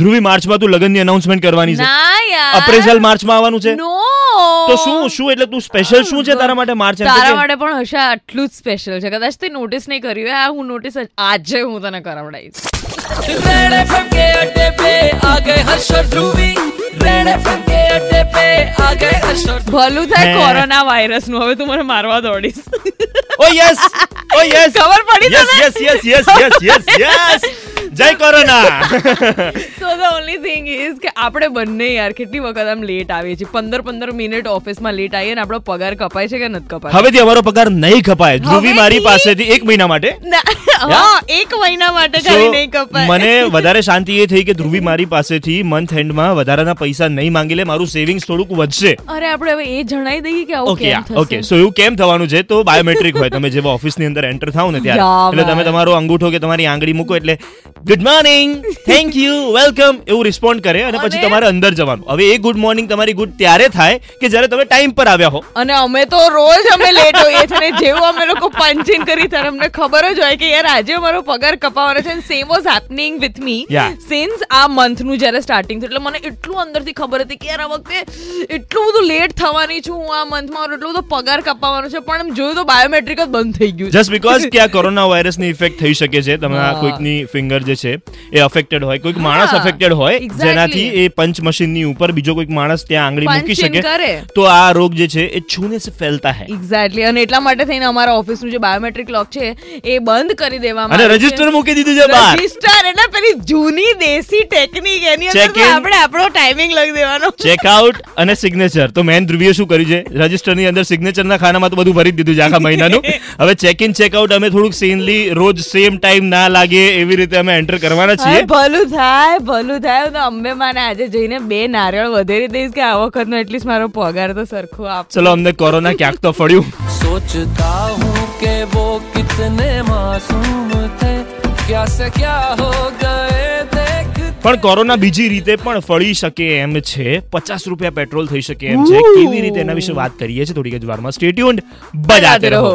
ધ્રુવી માર્ચમાં તું લગ્નની અનાઉન્સમેન્ટ કરવાની છે ના યાર અપ્રેઝલ માર્ચમાં આવવાનું છે નો તો શું શું એટલે તું સ્પેશિયલ શું છે તારા માટે માર્ચ એમ તારા તો કે- માટે પણ હશે આટલું જ સ્પેશિયલ છે કદાચ તે નોટિસ નહીં કર્યું હોય. આ હું નોટિસ આજે હું તને કરાવડાવીશ रेड एफएम के अड्डे पे आ गए हर्ष और ध्रुवी रेड एफएम के अड्डे पे आ गए हर्ष और ભલું થાય હે. કોરોના વાયરસ નું હવે તું મને મારવા દોડીશ Oh, yes! Oh, yes! ખબર પડી Yes, તને? yes, yes, yes, yes, yes, yes! જય corona So the only thing is કે આપણે બંને યાર કેટલી વખત આમ લેટ આવીએ છીએ પંદર પંદર મિનિટ ઓફિસમાં લેટ આવીએ ને આપણો પગાર કપાય છે કે નથી કપાય હવેથી અમારો પગાર નહીં કપાય ધ્રુવી મારી હવેથી? પાસેથી એક મહિના માટે ના, હા એક મહિના માટે So, ખાલી નહીં કપાય મને વધારે શાંતિ એ થઈ કે ધ્રુવી મારી પાસેથી મંથ એન્ડમાં વધારાના પૈસા નહીં માંગી લે મારું સેવિંગ્સ થોડુંક વધશે અરે આપણે હવે એ જણાઈ દઈએ કે આવું ઓકે કેમ થશે ઓકે સો એવું કેમ થવાનું છે તો બાયોમેટ્રિક હોય તમે જેવા ઓફિસની અંદર એન્ટર થાઓ ને ત્યારે યા એટલે તમે ભાઈ. તમારો અંગૂઠો કે તમારી આંગળી મૂકો એટલે good morning thank you welcome એવું રિસ્પોન્ડ કરે અને પછી અને- તમારે અંદર જવાનું હવે એ ગુડ મોર્નિંગ તમારી ગુડ ત્યારે થાય કે જ્યારે તમે ટાઈમ પર આવ્યા હો અને અમે તો રોજ અમે લેટ હોઈએ છીએ અને જેવું અમે લોકો પંચિંગ કરી ત્યારે અમને ખબર જ હોય કે યાર આજે અમારો પગાર કપાવાનો છે same was happening with me Yeah. Since આ મંથ નું જ્યારે સ્ટાર્ટિંગ થયું એટલે મને એટલું અંદરથી ખબર હતી કે યાર આ વખતે એટલું બધું લેટ થવાની છું હું આ મંથમાં મારો એટલો બધો પગાર કપાવાનો છે પણ એમ જોયું તો બાયોમેટ્રિક જ બંધ થઈ ગયું છે જસ્ટ બીકોઝ કે આ કોરોના વાયરસની ઇફેક્ટ થઈ શકે છે તમારા હા. કોઈકની ફિંગર જે છે એ અફેક્ટેડ હોય કોઈક માણસ હા, અફેક્ટેડ હોય exactly. જેનાથી એ પંચ મશીનની ઉપર બીજો કોઈક માણસ ત્યાં આંગળી મૂકી Punch in કરે. શકે તો આ રોગ જે છે એ છૂને સે ફેલતા હે એક્ઝેક્ટલી અને એટલા માટે થઈને અમારા ઓફિસનું જે બાયોમેટ્રિક લોક છે એ બંધ કરી દેવામાં અને આવ્યું છે. રજીસ્ટર મૂકી દીધું છે બહાર રજિસ્ટર એટલે પેલી જૂની દેશી ટેકનિક એની અંદર તો Check-in. આપણે આપણો ટાઈમિંગ લખી દેવાનો ચેકઆઉટ અને સિગ્નેચર તો મેન ધ્રુવીએ શું કર્યું છે રજિસ્ટરની અંદર સિગ્નેચરના ખાનામાં તો બધું ભરી જ દીધું છે આખા મહિનાનું હવે ચેક ઇન ચેકઆઉટ અમે થોડુંક સીનલી રોજ સેમ ટાઈમ ના લાગે એવી રીતે અમે એન્ટર કરવાના અરે છીએ ભલું થાય ભલું થાય હું તો અંબે માને આજે જઈને બે નારિયેળ વધારી દઈશ કે આ વખતનો એટલીસ્ટ મારો પગાર તો સરખો આપ ચલો અમને કોરોના ક્યાંક તો ફળ્યું सोचता हूँ कि वो कितने मासूम थे क्या से क्या हो गए देख પણ કોરોના બીજી રીતે પણ ફળી શકે એમ છે પચાસ રૂપિયા પેટ્રોલ થઈ શકે એમ છે કેવી રીતે એના વિશે વાત કરીએ છીએ થોડીક જ વારમાં સ્ટેટ્યુન્ડ બજાતે રહો